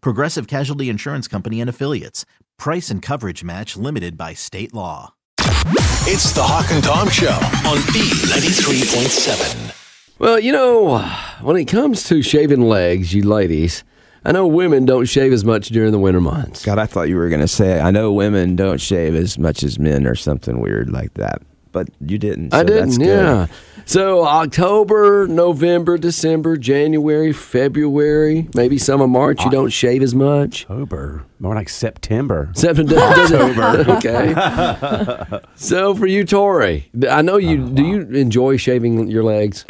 Progressive Casualty Insurance Company and Affiliates. Price and coverage match limited by state law. It's the Hawk and Tom Show on B93.7. Well, you know, when it comes to shaving legs, you ladies, I know women don't shave as much during the winter months. God, I thought you were going to say, I know women don't shave as much as men or something weird like that, but you didn't. I so that's didn't, good. yeah. So October, November, December, January, February, maybe some of March, you don't shave as much. October, more like September. September, October. okay. so for you, Tori, I know you. Uh-huh. Do you enjoy shaving your legs?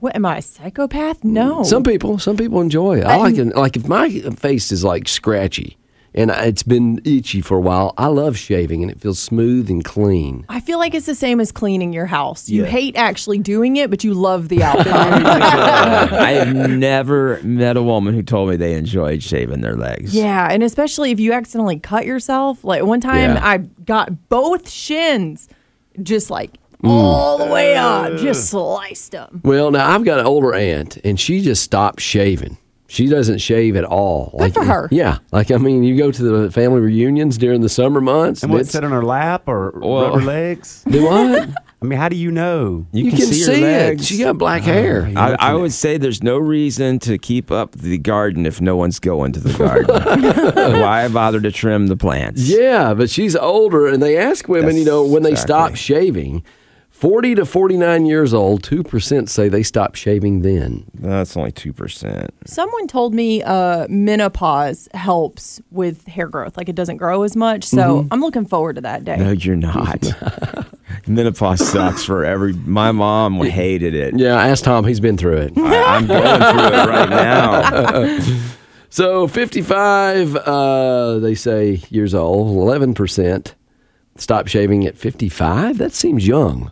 What am I, a psychopath? No. Some people, some people enjoy it. I like it. Like if my face is like scratchy and I- it's been itchy for a while, I love shaving and it feels smooth and clean. I feel like it's the same as cleaning your house. You hate actually doing it, but you love the outcome. Uh, I have never met a woman who told me they enjoyed shaving their legs. yeah, and especially if you accidentally cut yourself. Like one time, Yeah. I got both shins just like all the way up, just sliced them. Well, now I've got an older aunt and she just stopped shaving. She doesn't shave at all. Good for her. Yeah. Like, I mean, you go to the family reunions during the summer months. And and what, sit it's- on her lap or Well- rubber legs? Do what? I mean, how do you know? You, you can see, Oh, your it. legs. She got black hair. I, I would say there's no reason to keep up the garden if no one's going to the garden. Why bother to trim the plants? Yeah, but she's older, and they ask women, That's you know, when they stop exactly. shaving. 40 to 49 years old, 2% say they stop shaving then. That's only 2%. Someone told me uh, menopause helps with hair growth. Like it doesn't grow as much. So I'm looking forward to that day. No, you're not. Menopause sucks for every. My mom hated it. Yeah, ask Tom. He's been through it. I, I'm going through it right now. So 55, uh, they say, years old, 11% stop shaving at 55. That seems young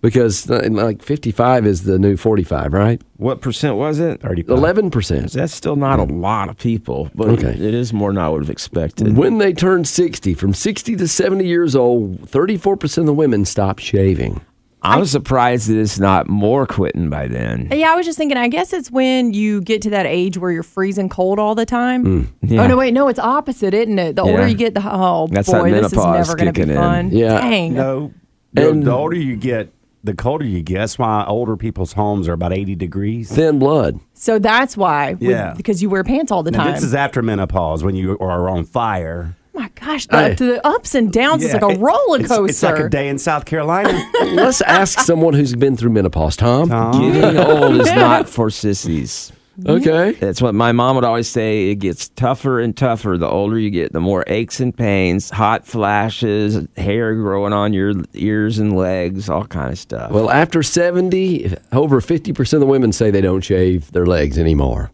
because uh, like 55 is the new 45, right? What percent was it? Uh-huh. 11%. That's still not a lot of people, but Okay. it is more than I would have expected. When they turn 60, from 60 to 70 years old, 34% of the women stop shaving. I'm surprised that it's not more quitting by then. Uh, Yeah, I was just thinking. I guess it's when you get to that age where you're freezing cold all the time. Oh no, wait, no, it's opposite, isn't it? The older Mm, Yeah. you get, the oh That's that boy, this is menopause never going to kicking be in. fun. Yeah. Dang. No. The, And- the older you get, the colder you get. That's why older people's homes are about 80 degrees. Thin blood. So that's why, with- Yeah. because you wear pants all the Now, time. this is after menopause when you are on fire. my gosh, the, Hey. to the ups and downs is Yeah. like a It- roller it's- coaster. It's, like a day in South Carolina. Let's ask someone who's been through menopause. Tom? Getting old is not for sissies. Okay. That's what my mom would always say. It gets tougher and tougher the older you get, the more aches and pains, hot flashes, hair growing on your ears and legs, all kind of stuff. Well, after 70, over 50% of the women say they don't shave their legs anymore.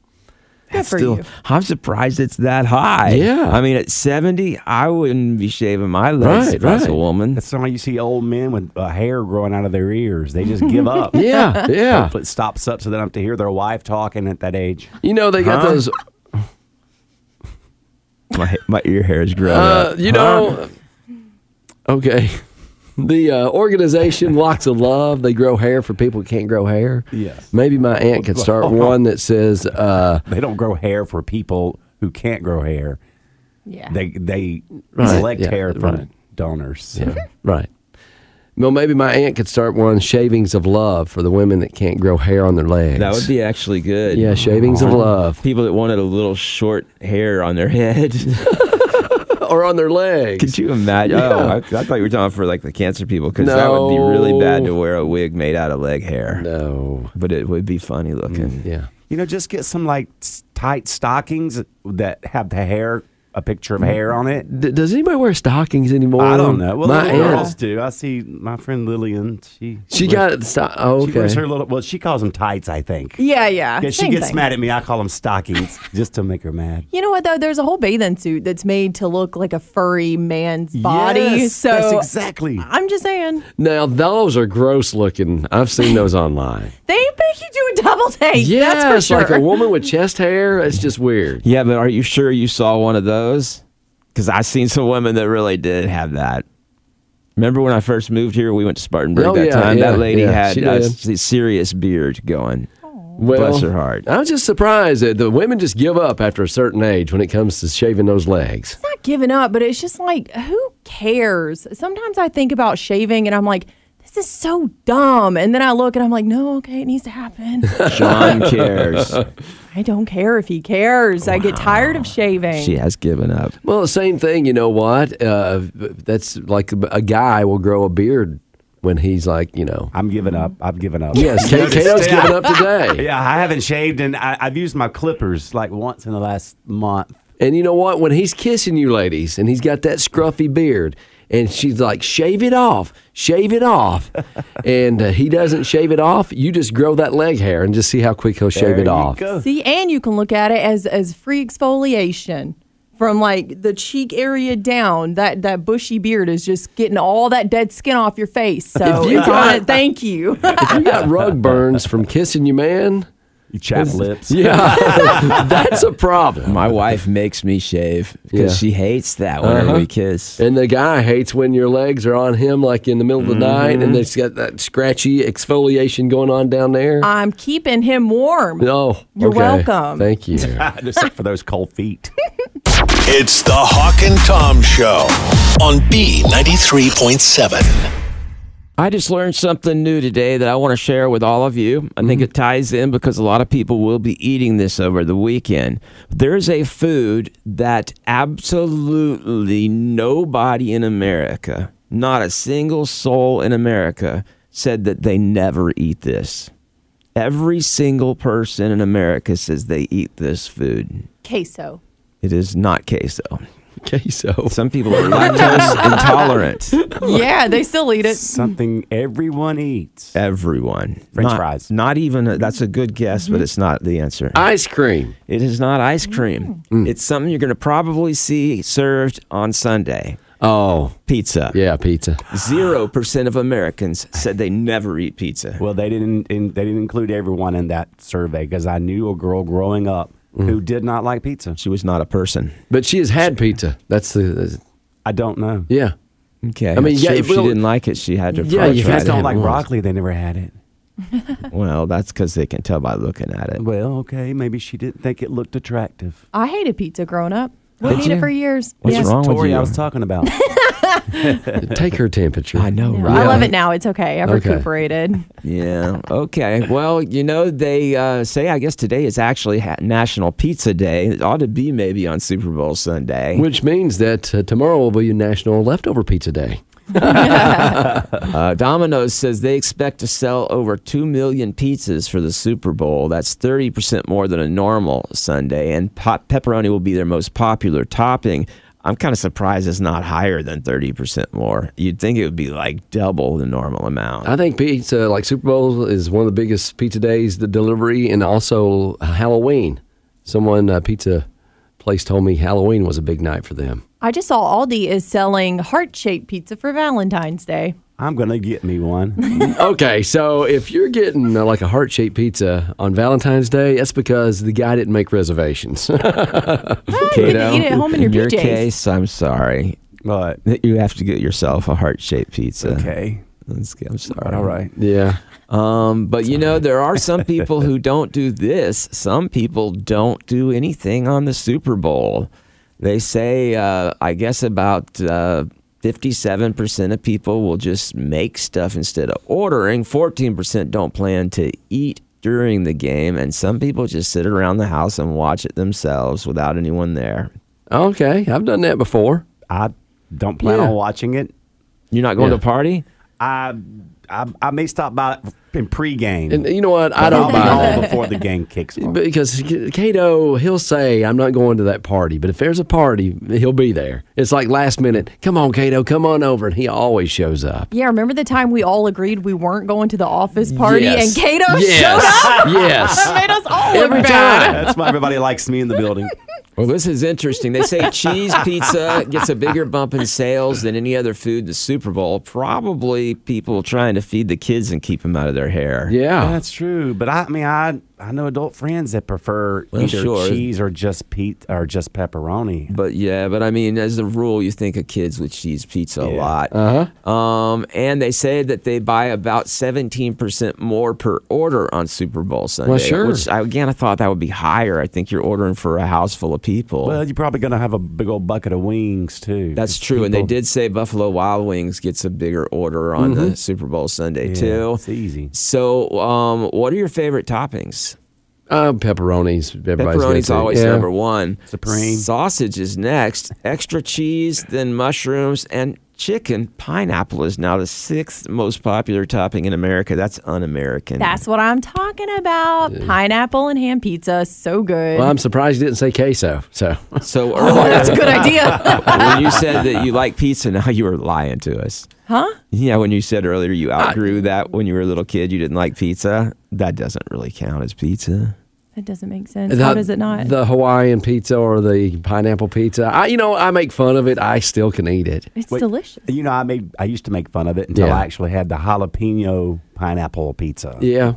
Good for still, you. I'm surprised it's that high. Yeah. I mean, at 70, I wouldn't be shaving my legs Right, if I was a right. woman. That's why you see old men with uh, hair growing out of their ears. They just give up. Yeah, yeah. Hopefully it stops up so they don't have to hear their wife talking at that age. You know, they got Huh? those. My, my ear hair is growing Uh, up. you know, uh, okay. The uh, organization Locks of Love, they grow hair for people who can't grow hair. Yes. Maybe my aunt could start one that says, uh, They don't grow hair for people who can't grow hair. Yeah. They they Right, select yeah, hair from right. donors. so. right. Well, maybe my aunt could start one, Shavings of Love, for the women that can't grow hair on their legs. that would be actually good. Yeah, Shavings of Love. People that wanted a little short hair on their head. or on their legs. Could you imagine? Oh, I, I thought you were talking for like the cancer people because that would be really bad to wear a wig made out of leg hair. No. Mm, But it would be funny looking. Yeah. You know, just get some like s- tight stockings that have the hair, a picture of hair on it. D- does anybody wear stockings anymore? I don't know. Well, My little aunt- girls do. I see my friend Lillian. She She got sto- oh, She wears okay. her little. Well, she calls them tights. I think. Yeah, yeah. Yeah, she Same gets thing. mad at me. I call them stockings just to make her mad. You know what though? There's a whole bathing suit that's made to look like a furry man's body. Yes, so that's exactly. I'm just saying Now those are gross looking. I've seen those online. they make you do a double take. yes, that's for sure. like a woman with chest hair. It's just weird. Yeah, but are you sure you saw one of those? Because I've seen some women that really did have that. Remember when I first moved here? We went to Spartanburg Oh, that yeah, time. yeah, that lady yeah, had she a did. s- serious beard going. Well, Bless her heart. I was just surprised that the women just give up after a certain age when it comes to shaving those legs. not giving up, but it's just like, who cares? Sometimes I think about shaving and I'm like, this is so dumb. And then I look and I'm like, no, okay, it needs to happen. John cares. I don't care if he cares. I get tired of shaving. she has given up. Well, the same thing. You know what? Uh, that's like a guy will grow a beard when he's like, you know. I'm giving up. I've given up. Yes, K- Kato's giving up today. Yeah, I haven't shaved, and I, I've used my clippers like once in the last month. And you know what? When he's kissing you, ladies, and he's got that scruffy beard, and she's like, shave it off, shave it off. and uh, he doesn't shave it off. You just grow that leg hair and just see how quick he'll shave There it you off. go. See, and you can look at it as as free exfoliation from like the cheek area down. That that bushy beard is just getting all that dead skin off your face. So If you it's on got- it, thank you. If you got rug burns from kissing your man, You chap lips. yeah, that's a problem. My wife makes me shave because Yeah. Uh-huh. she hates that whenever we kiss. And the guy hates when your legs are on him, like in the middle of the night, and they've got that scratchy exfoliation going on down there. I'm keeping him warm. No, Uh, You're okay. welcome. Thank you. Except for those cold feet. It's the Hawk and Tom Show on B93.7. I just learned something new today that I want to share with all of you. I think it ties in because a lot of people will be eating this over the weekend. There's a food that absolutely nobody in America, not a single soul in America, said that they never eat this. Every single person in America says they eat this food. Queso. It is not queso. Okay, so Some people are lactose intolerant. Yeah, they still eat it. Something everyone eats. Everyone. French Not- fries. Not even, a, that's a good guess, but it's not the answer. ice cream. it is not ice cream. Mm. It's something you're going to probably see served on Sunday. Oh, Pizza. yeah, pizza. Zero percent of Americans said they never eat pizza. Well, they didn't. In, they didn't include everyone in that survey because I knew a girl growing up Mm. who did not like pizza. She was not a person. But she has had pizza. That's the, that's- I don't know. yeah. Okay. I mean, yeah, So it if she will- didn't like it, she had to. Yeah, probably you try guys to Just don't had have like one. broccoli. They never had it. it. Well, that's because they can tell by looking at it. Well, okay, maybe she didn't think it looked attractive. I hated pizza growing up. Wouldn't Did eat you? it for years. What's Yes, wrong with Tori you? I was talking about. Take her temperature. I know, No, right? I love it now. It's okay. I've Okay. recuperated. Yeah. Okay. Well, you know, they uh, say I guess today is actually ha- National Pizza Day. It ought to be maybe on Super Bowl Sunday. Which means that uh, tomorrow will be National Leftover Pizza Day. Uh, Domino's says they expect to sell over two million pizzas for the Super Bowl. That's thirty percent more than a normal Sunday, and pop- pepperoni will be their most popular topping. I'm kind of surprised it's not higher than thirty percent more. You'd think it would be like double the normal Oh, amount. I think pizza, like Super Bowl, is one of the biggest pizza days. The delivery and also Halloween. Someone uh, pizza place told me Halloween was a big night for them. I just saw Aldi is selling heart shaped pizza for Valentine's Day. I'm gonna get me one. okay, so if you're getting uh, like a heart shaped pizza on Valentine's Day, that's because the guy didn't make reservations. You get to eat it at home in your, your PJs. case, I'm sorry. But that you have to get yourself a heart shaped pizza. okay, Let's get- I'm sorry. all right. yeah. Um, but you know, there are some people who don't do this. Some people don't do anything on the Super Bowl. They say, uh, I guess about uh, 57% of people will just make stuff instead of ordering. 14% don't plan to eat during the game. And some people just sit around the house and watch it themselves without anyone there. Okay, I've done that before. I don't plan Yeah. on watching it. You're not going Yeah. to a party? I, I I may stop by in pregame. And you know what? I but don't buy I'll be that. home before the game kicks off. Because Cato, he'll say, I'm not going to that party. But if there's a party, he'll be there. It's like last minute, come on, Cato, come on over. And he always shows up. Yeah, remember the time we all agreed we weren't going to the office party Yes. and Kato Yes. showed up? Yes. That made us all look Every bad. time. That's why everybody likes me in the building. Well, this is interesting. They say cheese pizza gets a bigger bump in sales than any other food in the Super Bowl. Probably people trying to feed the kids and keep them out of their hair. Yeah. That's true, but I, I mean, I I know adult friends that prefer Well, either sure. cheese or just pe- or just pepperoni. But yeah, but I mean, as a rule, you think of kids with cheese pizza a Yeah. lot. Uh-huh. Um, and they say that they buy about 17% more per order on Super Bowl Sunday. sure. Which, I, again, I thought that would be higher. I think you're ordering for a house full of people. Well, you're probably gonna have a big old bucket of wings too. That's true, and they did say Buffalo Wild Wings gets a bigger order on the Super Bowl Sunday too. it's easy. So, um, what are your favorite toppings? Um, pepperonis. Everybody's gonna Pepperoni's say- always yeah. number one. Supreme. Sausage is next. Extra cheese, then mushrooms, and chicken. Pineapple is now the sixth most popular topping in America. That's un-American. That's what I'm talking about. Pineapple and ham pizza, so good. Well, I'm surprised you didn't say queso. So so oh, earlier that's a good idea. when you said that you like pizza, now you were lying to us. Huh? Yeah, when you said earlier you outgrew that when you were a little kid, you didn't like pizza. That doesn't really count as pizza. That doesn't make sense. How does it not? The Hawaiian pizza or the pineapple pizza. I, you know, I make fun of it. I still can eat it. it's Wait, delicious. You know, I made I used to make fun of it until Yeah. I actually had the jalapeno pineapple pizza, Yeah.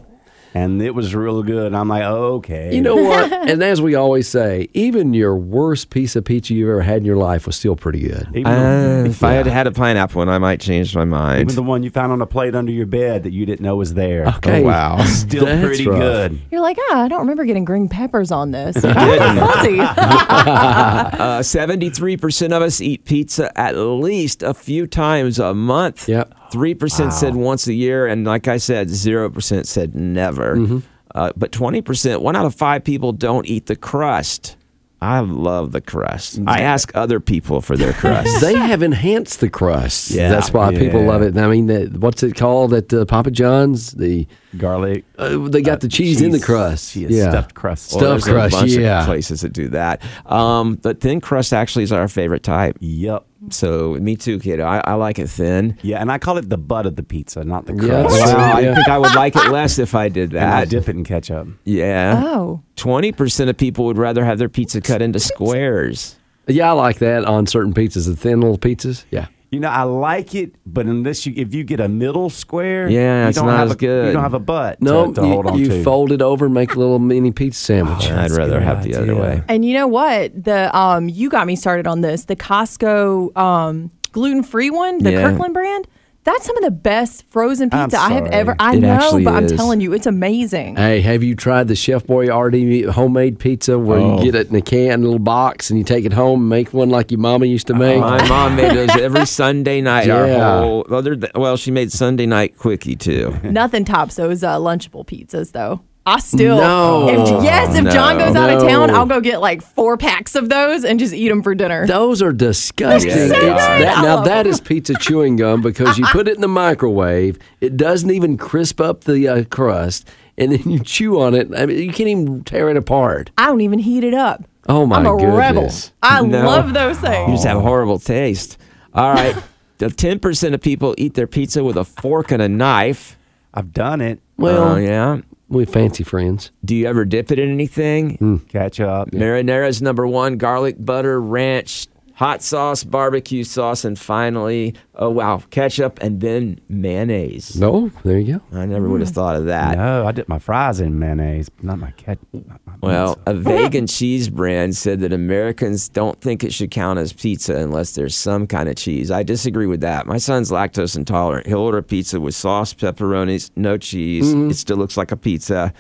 and it was real good. And I'm like, okay, You know what? and as we always say, even your worst piece of pizza you've ever had in your life was still pretty good. even, Uh, the, if I had had a pineapple, one, I might change my mind. even the one you found on a plate under your bed that you didn't know was there. Oh, Okay. wow. still That's pretty rough. good. You're like, ah, I don't remember getting green peppers on this. Fuzzy. Uh, 73% of us eat pizza at least a few times a month. Yep. 3% said once a year. And like I said, 0% said never. Mm-hmm. Uh, but 20%, one out of five people don't eat the crust. I love the crust. I ask other people for their crust. They have enhanced the crust. Yeah. That's why people Yeah. love it. I mean, the, what's it called at uh, Papa John's? The Garlic, uh, they got the cheese, in the crust. cheese, yeah. stuffed crust. Stuff- There's Stuffed crust, a bunch yeah. of places that do that. Um, but thin crust actually is our favorite type. Yep. So me too, kiddo. I, I like it thin. Yeah, and I call it the butt of the pizza, not the Yeah, crust. that's- Wow, Yeah. I think I would like it less if I did And I that. dip it in ketchup. Yeah. oh, 20% of people would rather have their pizza cut into squares. Yeah, I like that on certain pizzas, the thin little pizzas. Yeah. You know, I like it, but unless you if you get a middle square, Yeah, you it's don't not have as a, You good. don't have a butt. No, to, to you, hold on you to. fold it over and make a little mini pizza sandwich. I'd That's a rather good have the other idea. way. and you know what? The um, you got me started on this. The Costco um, gluten free one, the Yeah. Kirkland brand. That's some of the best frozen I'm pizza I have sorry. ever. I It know, actually but I'm is. Uh, telling you, it's amazing. Hey, have you tried the Chef Boyardee homemade pizza where Oh. you get it in a can, little box, and you take it home and make one like your mama used to make? My mom made those every Sunday night. Yeah. Our whole, other th- well, she made Sunday night quickie too. Nothing tops those uh, Lunchable pizzas, though. I still, No. if, yes, if No. John goes out of No. town, I'll go get like four packs of those and just eat them for dinner. Those are disgusting. They're so It's good. that, I now love that is pizza chewing gum because you put it in the microwave. It doesn't even crisp up the uh, crust, and then you chew on it. I mean, you can't even tear it apart. I don't even heat it up. Oh, my I'm a rebel. goodness. I No. love those You things. just have horrible taste. All right. The 10% of people eat their pizza with a fork and a knife. I've done it. Well, Oh, yeah. we fancy friends. Do you ever dip it in anything? Mm. Ketchup. Marinara's number one, garlic butter, ranch, hot sauce, barbecue sauce, and finally, oh wow, ketchup and then mayonnaise. No, there you go. I never would Mm. have thought of that. No, I dip my fries in mayonnaise, not my ketchup. not my Well, pizza. a vegan cheese brand said that Americans don't think it should count as pizza unless there's some kind of cheese. I disagree with that. My son's lactose intolerant. He'll order pizza with sauce, pepperonis, no cheese. It still looks like a pizza.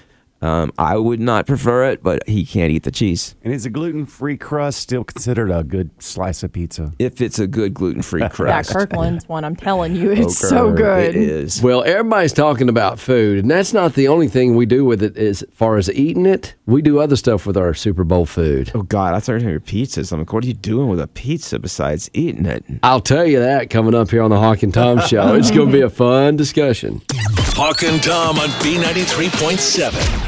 Um, I would not prefer it, but he can't eat the cheese. And is a gluten free crust still considered a good slice of pizza? If it's a good gluten free That crust, Kirkland's one, I'm telling you, it's Oh, so girl, good. It is. Well, everybody's talking about food, and that's not the only thing we do with it as far as eating it. We do other stuff with our Super Bowl food. Oh God, I started hearing pizzas. I'm like, what are you doing with a pizza besides eating it? I'll tell you that coming up here on the Hawk and Tom Show. It's going to be a fun discussion. Hawk and Tom on B93.7.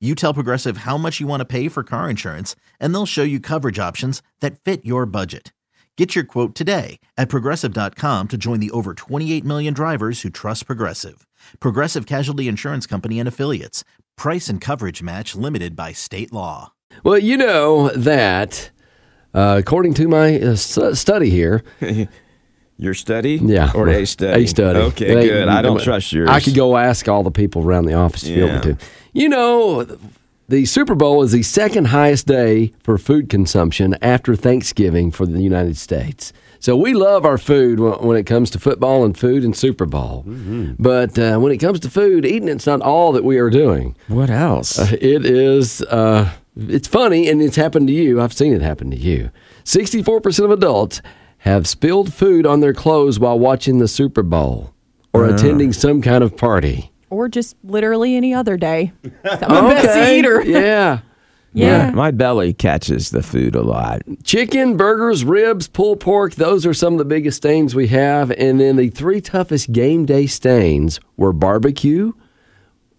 You tell Progressive how much you want to pay for car insurance, and they'll show you coverage options that fit your budget. Get your quote today at progressive.com to join the over 28 million drivers who trust Progressive. Progressive Casualty Insurance Company and Affiliates. Price and coverage match limited by state law. Well, you know that, uh, according to my uh, stu- study here, Your study, yeah, or a study, a study. Okay, It ain't- good. I don't trust yours. I could go ask all the people around the office if you want me Yeah. to. You know, the Super Bowl is the second highest day for food consumption after Thanksgiving for the United States. So we love our food when when it comes to football and food and Super Bowl. Mm-hmm. But uh, when it comes to food, eating it's not all that we are doing. What else? It is. Uh, it's funny, and it's happened to you. I've seen it happen to you. Sixty-four percent of adults have spilled food on their clothes while watching the Super Bowl or attending some kind of party. Or just literally any other day. I'm a best eater. yeah. yeah. Yeah. my belly catches the food a lot. Chicken, burgers, ribs, pulled pork, those are some of the biggest stains we have. And then the three toughest game day stains were barbecue,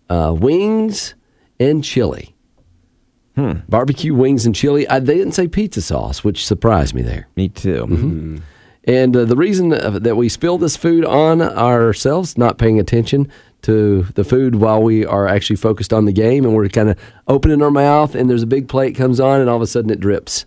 uh, wings, and chili. Hmm. Barbecue, wings, and chili. I, they didn't say pizza sauce, which surprised me there. Me too. And uh, the reason that we spill this food on ourselves, not paying attention to the food while we are actually focused on the game, and we're kind of opening our mouth, and there's a big plate comes on, and all of a sudden it drips.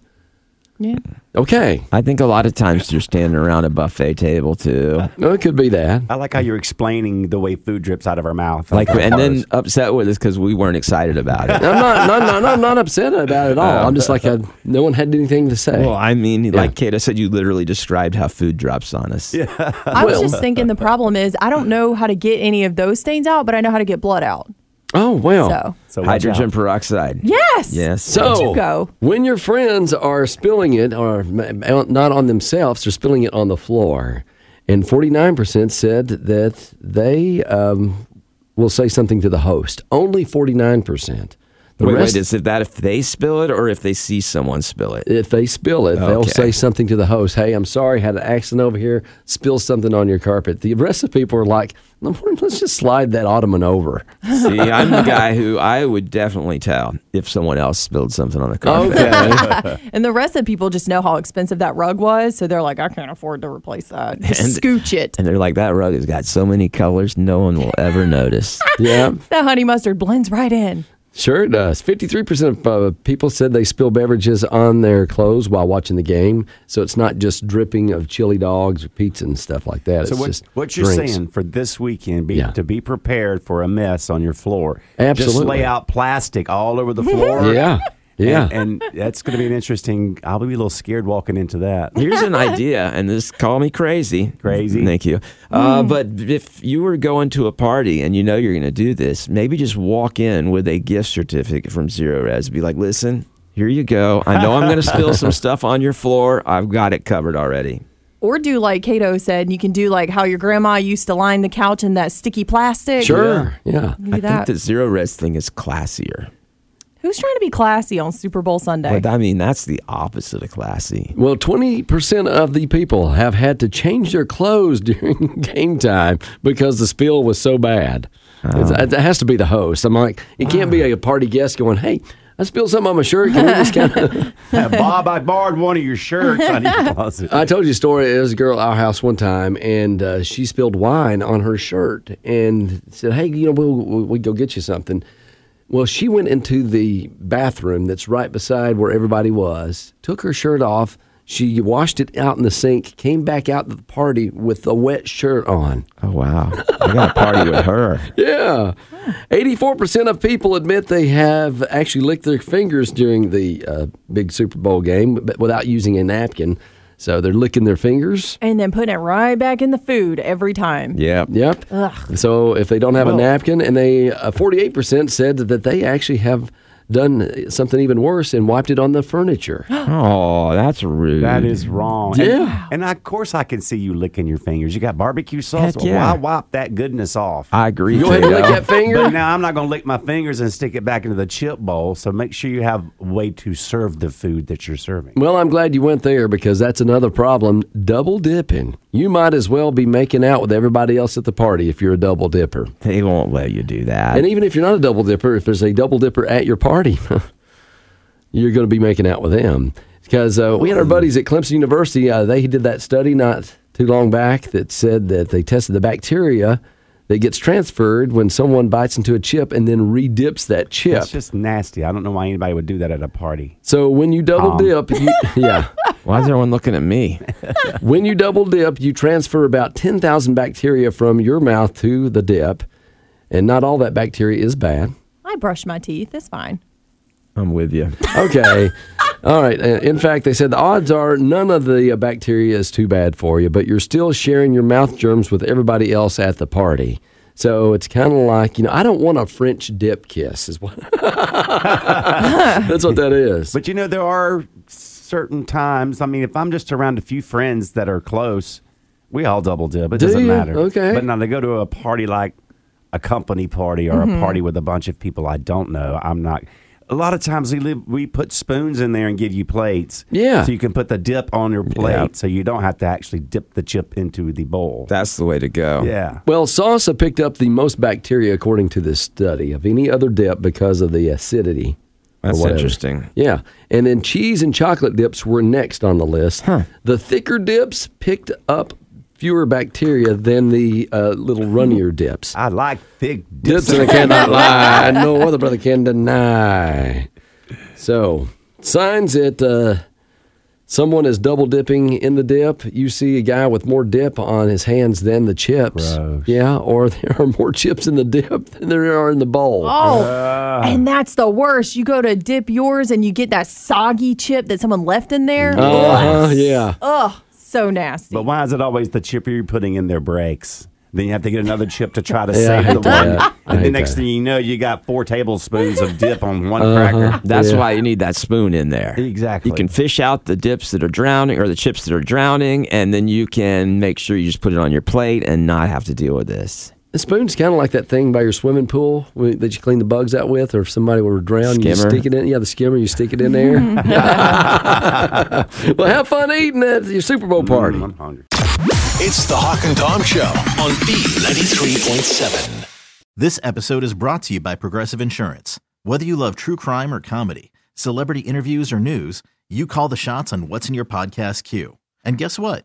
Yeah. Okay. I think a lot of times you're standing around a buffet table too. Well, it could be that. I like how you're explaining the way food drips out of our mouth. Like, and then upset with us because we weren't excited about it. I'm not, not, not, not, not upset about it at all. I'm just like, I, no one had anything to say. Well, I mean, like Kata said, you literally described how food drops on us. Yeah. I was uh, just thinking the problem is I don't know how to get any of those stains out, but I know how to get blood out. oh, well. So, so watch Hydrogen out. peroxide. yes. Yes. So, you go? when your friends are spilling it, or m- not on themselves, they're spilling it on the floor. And 49% said that they um, will say something to the host. Only 49%. The wait, rest, wait, is it that if they spill it or if they see someone spill it? if they spill it, they'll Okay. say something to the host. Hey, I'm sorry, had an accident over here. Spill something on your carpet. The rest of the people are like, let's just slide that ottoman over. See, I'm the guy who I would definitely tell if someone else spilled something on the carpet. Okay. And the rest of the people just know how expensive that rug was, so they're like, I can't afford to replace that. Just And- Scooch it. And they're like, that rug has got so many colors, no one will ever notice. yeah. That honey mustard blends right in. Sure, it does. 53% of uh, people said they spill beverages on their clothes while watching the game. So it's not just dripping of chili dogs or pizza and stuff like that. So it's what, just what you're drinks. saying for this weekend be, Yeah. to be prepared for a mess on your floor. Just Absolutely. lay out plastic all over the floor. Yeah. Yeah. And, and that's going to be an interesting. I'll be a little scared walking into that. Here's an idea, and this call me crazy. Crazy. Thank you. Uh, But if you were going to a party and you know you're going to do this, maybe just walk in with a gift certificate from Zero Res. Be like, listen, here you go. I know I'm going to spill some stuff on your floor. I've got it covered already. Or do like Kato said, and you can do like how your grandma used to line the couch in that sticky plastic. Sure. Yeah. You can I Do that. think the Zero Res thing is classier. Who's trying to be classy on Super Bowl Sunday? But I mean, that's the opposite of classy. Well, 20% of the people have had to change their clothes during game time because the spill was so bad. Oh. It's, it has to be the host. I'm like, it can't be a party guest going, hey, I spilled something on my shirt. Can we just kind of Yeah, Bob, I borrowed one of your shirts. I need to closet. I told you a story. There was a girl at our house one time, and uh, she spilled wine on her shirt and said, Hey, you know, we'll, we'll, we'll go get you something. Well, she went into the bathroom that's right beside where everybody was, took her shirt off. She washed it out in the sink, came back out to the party with a wet shirt on. Oh, wow. I got to party with her. Yeah. 84% of people admit they have actually licked their fingers during the uh, big Super Bowl game but without using a napkin. So they're licking their fingers. And then putting it right back in the food every time. Yeah. Yep. So if they don't have a napkin, and they uh, forty-eight percent said that they actually have done something even worse and wiped it on the furniture. Oh, that's rude. That is wrong. Yeah. And, and of course, I can see you licking your fingers. You got barbecue sauce. Heck yeah. Why wipe that goodness off? I agree. Go ahead and lick Tito. that finger. But now I'm not going to lick my fingers and stick it back into the chip bowl. So make sure you have a way to serve the food that you're serving. Well, I'm glad you went there because that's another problem. Double dipping. You might as well be making out with everybody else at the party if you're a double dipper. They won't let you do that. And even if you're not a double dipper, if there's a double dipper at your party, you're going to be making out with them. Because uh, we had our buddies at Clemson University, uh, they did that study not too long back that said that they tested the bacteria that gets transferred when someone bites into a chip and then redips that chip. It's just nasty. I don't know why anybody would do that at a party. so when you double dip, you, yeah, Why is everyone looking at me? when you double dip, you transfer about 10,000 bacteria from your mouth to the dip, and not all that bacteria is bad. I brush my teeth. It's fine. I'm with you. Okay. All right. Uh, In fact, they said the odds are none of the uh, bacteria is too bad for you, but you're still sharing your mouth germs with everybody else at the party. So it's kind of like, you know, I don't want a French dip kiss, is what. That's what that is. But you know, there are certain times. I mean, if I'm just around a few friends that are close, we all double dip. It Do doesn't you? matter. Okay. But now to go to a party like a company party or Mm-hmm. a party with a bunch of people I don't know, I'm not. A lot of times we live, we put spoons in there and give you plates. Yeah. So you can put the dip on your plate, so you don't have to actually dip the chip into the bowl. That's the way to go. yeah. Well, salsa picked up the most bacteria, according to this study, of any other dip because of the acidity. or That's whatever. interesting. Yeah. And then cheese and chocolate dips were next on the list. The thicker dips picked up fewer bacteria than the uh, little runnier dips. I like thick dips. Dips and I cannot lie. No other brother can deny. So, signs that uh, someone is double dipping in the dip. You see a guy with more dip on his hands than the chips. Yeah, or there are more chips in the dip than there are in the bowl. Oh, and that's the worst. You go to dip yours and you get that soggy chip that someone left in there. Uh-huh, yeah. Ugh, so nasty. But why is it always the chip you're putting in their breaks? Then you have to get another chip to try to Yeah, I save the hate that. one. I And the hate next that. Uh-huh. thing you know, you got four tablespoons of dip on one cracker. That's why you need that spoon in there. Exactly. You can fish out the dips that are drowning or the chips that are drowning, and then you can make sure you just put it on your plate and not have to deal with this. The spoon's kind of like that thing by your swimming pool wi- that you clean the bugs out with, or if somebody were drowned, you Skimmer. stick it in. Yeah, the skimmer, you stick it in there. well, have fun eating at your Super Bowl party. Mm-hmm. I'm hungry. It's the Hawk and Tom Show on B93.7. This episode is brought to you by Progressive Insurance. Whether you love true crime or comedy, celebrity interviews or news, you call the shots on what's in your podcast queue. And guess what?